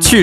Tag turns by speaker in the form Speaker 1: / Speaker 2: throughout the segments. Speaker 1: 世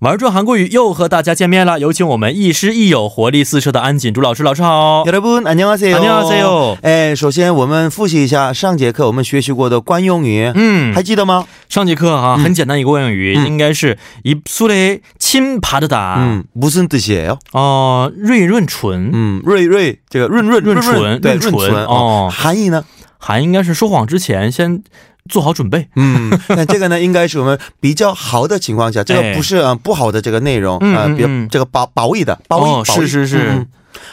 Speaker 1: 玩转韩国语又和大家见面了，有请我们亦师亦友、活力四射的安锦珠老师。老师好，
Speaker 2: 여러분 안녕하세요.
Speaker 1: 안녕하세요.
Speaker 2: 哎，首先我们复习一下上节课我们学习过的惯用语，
Speaker 1: 嗯
Speaker 2: 还，记得吗？
Speaker 1: 上节课啊，很简单一个惯用语，
Speaker 2: 嗯
Speaker 1: 应该是입술에침바르다，
Speaker 2: 嗯，무슨뜻이에요？
Speaker 1: 哦、润润唇。
Speaker 2: 嗯，瑞瑞这个润润
Speaker 1: 润唇
Speaker 2: 对，
Speaker 1: 润唇
Speaker 2: 润唇
Speaker 1: 哦
Speaker 2: 哦。含义呢？
Speaker 1: 还应该是说谎之前先做好准备。
Speaker 2: 嗯， 那这个呢，应该是我们比较好的情况下，这
Speaker 1: 哎
Speaker 2: 个不是啊不好的这个内容，
Speaker 1: 嗯
Speaker 2: 呃
Speaker 1: 嗯
Speaker 2: 比较
Speaker 1: 嗯
Speaker 2: 这个褒褒义的，褒义，
Speaker 1: 哦
Speaker 2: 褒义嗯
Speaker 1: 是是是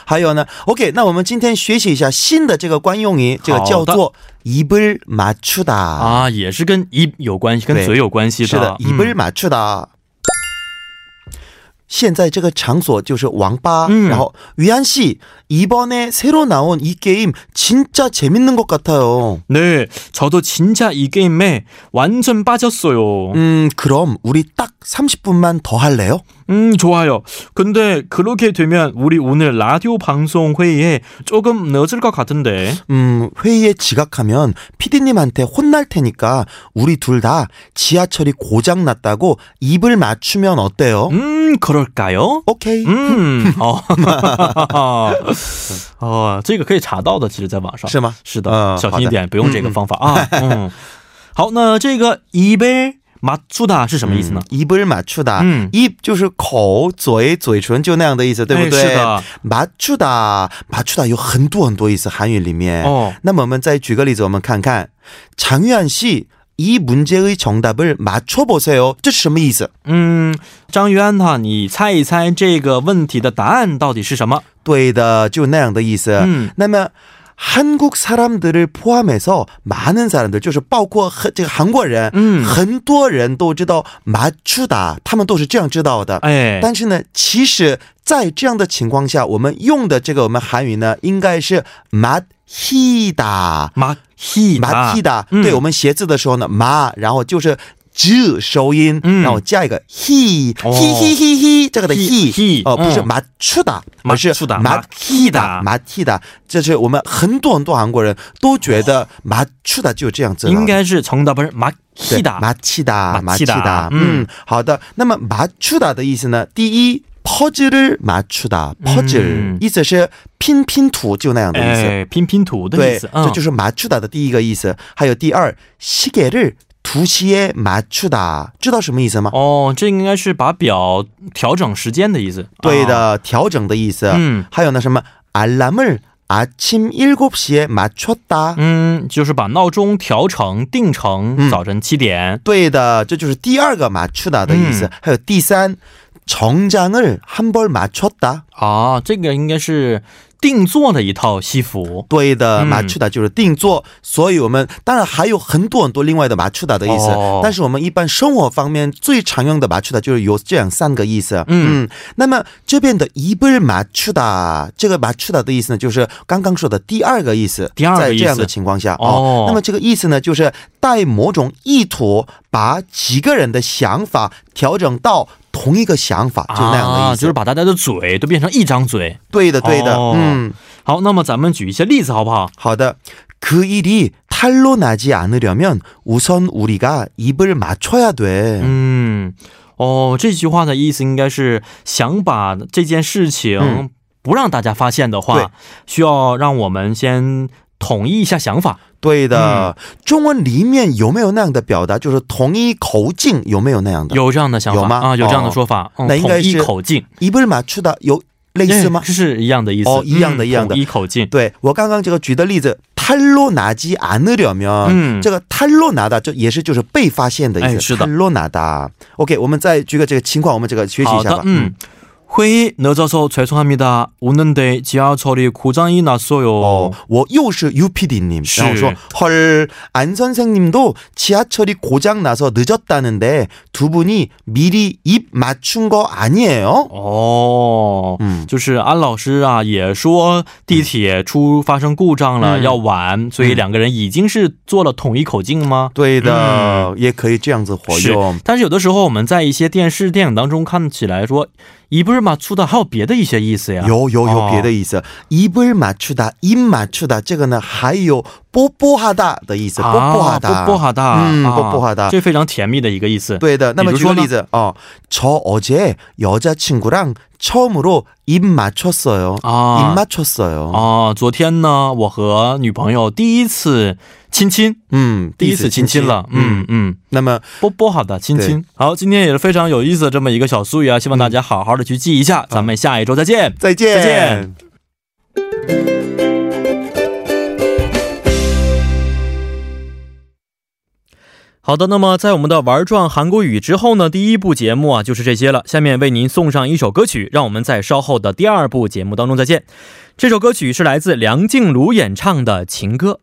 Speaker 2: 还有呢，OK，那我们今天学习一下新的这个惯用语，这个
Speaker 1: 好的
Speaker 2: 叫做“입을맞추다”。
Speaker 1: 啊，也是跟입有关系，跟
Speaker 2: 对
Speaker 1: 嘴有关系的。
Speaker 2: 是的，입
Speaker 1: 嗯
Speaker 2: 을맞추다。现在这个场所就是网吧，
Speaker 1: 嗯
Speaker 2: 然后于安씨이번에새로나온이게임진짜재밌는것같아요。
Speaker 1: 네, 저도 진짜 이 게임에 완전 빠졌어요. 음,
Speaker 2: 음, 그럼 우리 딱 30분만 더 할래요?
Speaker 1: 음, 좋아요. 근데 그렇게 되면 우리 오늘 라디오 방송 회의에 조금 늦을 것 같은데.
Speaker 2: 음, 회의에 지각하면 피디님한테 혼날 테니까 우리 둘 다 지하철이 고장 났다고 입을 맞추면 어때요?
Speaker 1: 음, 그럴까요? 어.
Speaker 2: 오케이.
Speaker 1: 嗯，哦，哦，这个可以查到的，其实在网上
Speaker 2: 是吗？
Speaker 1: 是的，
Speaker 2: 嗯
Speaker 1: 小心一点，不用这个方法啊。嗯，好，那这个一杯马苏达是什么意思呢？嗯
Speaker 2: 입을 맞추다.
Speaker 1: 음.
Speaker 2: 입就是口、嘴、嘴唇就那样的意思，对不对？
Speaker 1: 哎是的。
Speaker 2: 맞추다，맞추다有很多很多意思，韩语里面。
Speaker 1: 哦，
Speaker 2: 那么我们再举个例子，我们看看장유한씨이문제의정답을맞춰보세요，这是什么意思？
Speaker 1: 嗯，张渊哈，你猜一猜这个问题的答案到底是什么？
Speaker 2: 对的，就那样的意思。
Speaker 1: 嗯，
Speaker 2: 那么韩国사람들을포함해서많은사람들就是包括很这个韩国人，
Speaker 1: 嗯
Speaker 2: 很多人都知道맞추다，他们都是这样知道的。
Speaker 1: 哎，
Speaker 2: 但是呢，其实，在这样的情况下，我们用的这个我们韩语呢，应该是맞히다，
Speaker 1: 马希
Speaker 2: 맞히다。
Speaker 1: 嗯
Speaker 2: 对我们写字的时候呢，맞，然后就是。즈收音，
Speaker 1: 嗯
Speaker 2: 然后加一个 he
Speaker 1: 哦
Speaker 2: he he he he 这个的
Speaker 1: he- he，
Speaker 2: he 哦，不是
Speaker 1: 嗯
Speaker 2: 맞추다，而是
Speaker 1: 맞추다
Speaker 2: 맞히다
Speaker 1: 맞히다
Speaker 2: 맞히다，这是我们很多很多韩国人都觉得맞추다就这样子了，
Speaker 1: 应该是从답을马希达。
Speaker 2: 马치다，
Speaker 1: 马
Speaker 2: 马
Speaker 1: 치다 음.
Speaker 2: 치다， 음.
Speaker 1: 嗯
Speaker 2: 嗯，好的。那么马추다的意思呢？第一，퍼즐을맞추다，퍼즐、
Speaker 1: 嗯
Speaker 2: 意思是拼拼图，就那样的意思。
Speaker 1: 哎，拼拼图的意
Speaker 2: 对
Speaker 1: 思，，嗯
Speaker 2: 这就是马추다的第一个意思。还有第二，시계를두시에맞추다，知道什么意思吗？
Speaker 1: 哦，这应该是把表调整时间的意思。
Speaker 2: 对
Speaker 1: 啊，
Speaker 2: 的，调整的意思。
Speaker 1: 嗯
Speaker 2: 还有呢，什么알람을아침일곱시에맞췄다。
Speaker 1: 嗯，就是把闹钟调成定成
Speaker 2: 嗯
Speaker 1: 早晨七点。
Speaker 2: 对的，这就是第二个马추다的意思。
Speaker 1: 嗯
Speaker 2: 还有第三，정장을한 벌 맞췄다。
Speaker 1: 啊，这个应该是定做的一套西服。
Speaker 2: 对的，
Speaker 1: 嗯
Speaker 2: 马추다就是定做，所以我们当然还有很多很多另外的马추다的意思、
Speaker 1: 哦
Speaker 2: 但是我们一般生活方面最常用的马추다就是有这样三个意思。
Speaker 1: 嗯
Speaker 2: 那么这边的一本马추다这个马추다的意思呢，就是刚刚说的第二个意思。
Speaker 1: 第二个意
Speaker 2: 在
Speaker 1: 思
Speaker 2: 这样的情况下
Speaker 1: 哦
Speaker 2: 那么这个意思呢，就是带某种意图，把几个人的想法调整到同一个想法，就那样的
Speaker 1: 啊，
Speaker 2: 意
Speaker 1: 就
Speaker 2: 思。
Speaker 1: 是把大家的嘴都变成一张嘴。
Speaker 2: 对的，对的，
Speaker 1: 哦
Speaker 2: 嗯。
Speaker 1: 好，那么咱们举一些例子好不好？
Speaker 2: 好的. 그 일이 탈로 나지 않으려면 우선 우리가 입을 맞춰야 돼.
Speaker 1: 음. 嗯，哦，这句话的意思应该是想把这件事情
Speaker 2: 嗯
Speaker 1: 不让大家发现的
Speaker 2: 对
Speaker 1: 话，需要让我们先统一一下想法。
Speaker 2: 对的. 중원 里面有没有那样的表达？就是同一口径有没有那样的？
Speaker 1: 有这样的想法
Speaker 2: 有吗
Speaker 1: 啊？有这样的
Speaker 2: 哦
Speaker 1: 说法，嗯
Speaker 2: 那应该
Speaker 1: 统一
Speaker 2: 是
Speaker 1: 口径
Speaker 2: 입을 맞추다 有类似吗？
Speaker 1: 哎是一样的意思
Speaker 2: 哦一样的
Speaker 1: 嗯
Speaker 2: 一样的
Speaker 1: 统一口径。
Speaker 2: 对我刚刚这个举的例子，탈로나지않으려면，
Speaker 1: 嗯
Speaker 2: 这个탈로나다就也是就是被发现的意
Speaker 1: 哎
Speaker 2: 思。
Speaker 1: 是的
Speaker 2: 탈로나다。OK，我们再举个这个情况，我们这个学习一
Speaker 1: 好
Speaker 2: 下
Speaker 1: 的
Speaker 2: 吧，。
Speaker 1: 嗯。회의늦어서죄송합니다오는데지하철이고장이났어요
Speaker 2: 어, 我又是 UPD님.
Speaker 1: 是。
Speaker 2: 然后说, 헐, 안 선생님도 지하철이 고장 나서 늦었다는데 두 분이 미리 입 맞춘 거 아니에요?
Speaker 1: 哦，
Speaker 2: 嗯
Speaker 1: 就是安老师啊，也说地铁出发生故障了，
Speaker 2: 嗯
Speaker 1: 要晚，所以两个人已经是做了统一口径吗？
Speaker 2: 对的,也可以这样子活
Speaker 1: 是
Speaker 2: 嗯用。
Speaker 1: 但是有的时候我们在一些电视、电影当中看起来说，一不是 입을 맞추다 还有别的一些意思呀？
Speaker 2: 有有有
Speaker 1: 어.
Speaker 2: 别的意思입을맞추다입맞추다这个呢还有뽀뽀하다的意思뽀뽀
Speaker 1: 啊
Speaker 2: 하다
Speaker 1: 아, 뽀뽀하다.
Speaker 2: 嗯
Speaker 1: 아,
Speaker 2: 뽀뽀하다
Speaker 1: 啊这非常甜蜜的一个意思。
Speaker 2: 对的那么举个
Speaker 1: 比如说呢？
Speaker 2: 例子哦저어제여자친구랑처음으로입맞췄어요
Speaker 1: 啊
Speaker 2: 입，맞췄어요
Speaker 1: 啊，昨天呢，我和女朋友第一次亲亲，
Speaker 2: 嗯
Speaker 1: 第一次亲亲了，嗯嗯，
Speaker 2: 那么
Speaker 1: 波波好的亲亲。好，今天也是非常有意思的这么一个小俗语啊，希望大家好好的去记一下。咱们下一周再见。
Speaker 2: 再见
Speaker 1: 再见好的，那么在我们的玩转韩国语之后呢，第一部节目啊就是这些了。下面为您送上一首歌曲，让我们在稍后的第二部节目当中再见。这首歌曲是来自梁静茹演唱的《情歌》。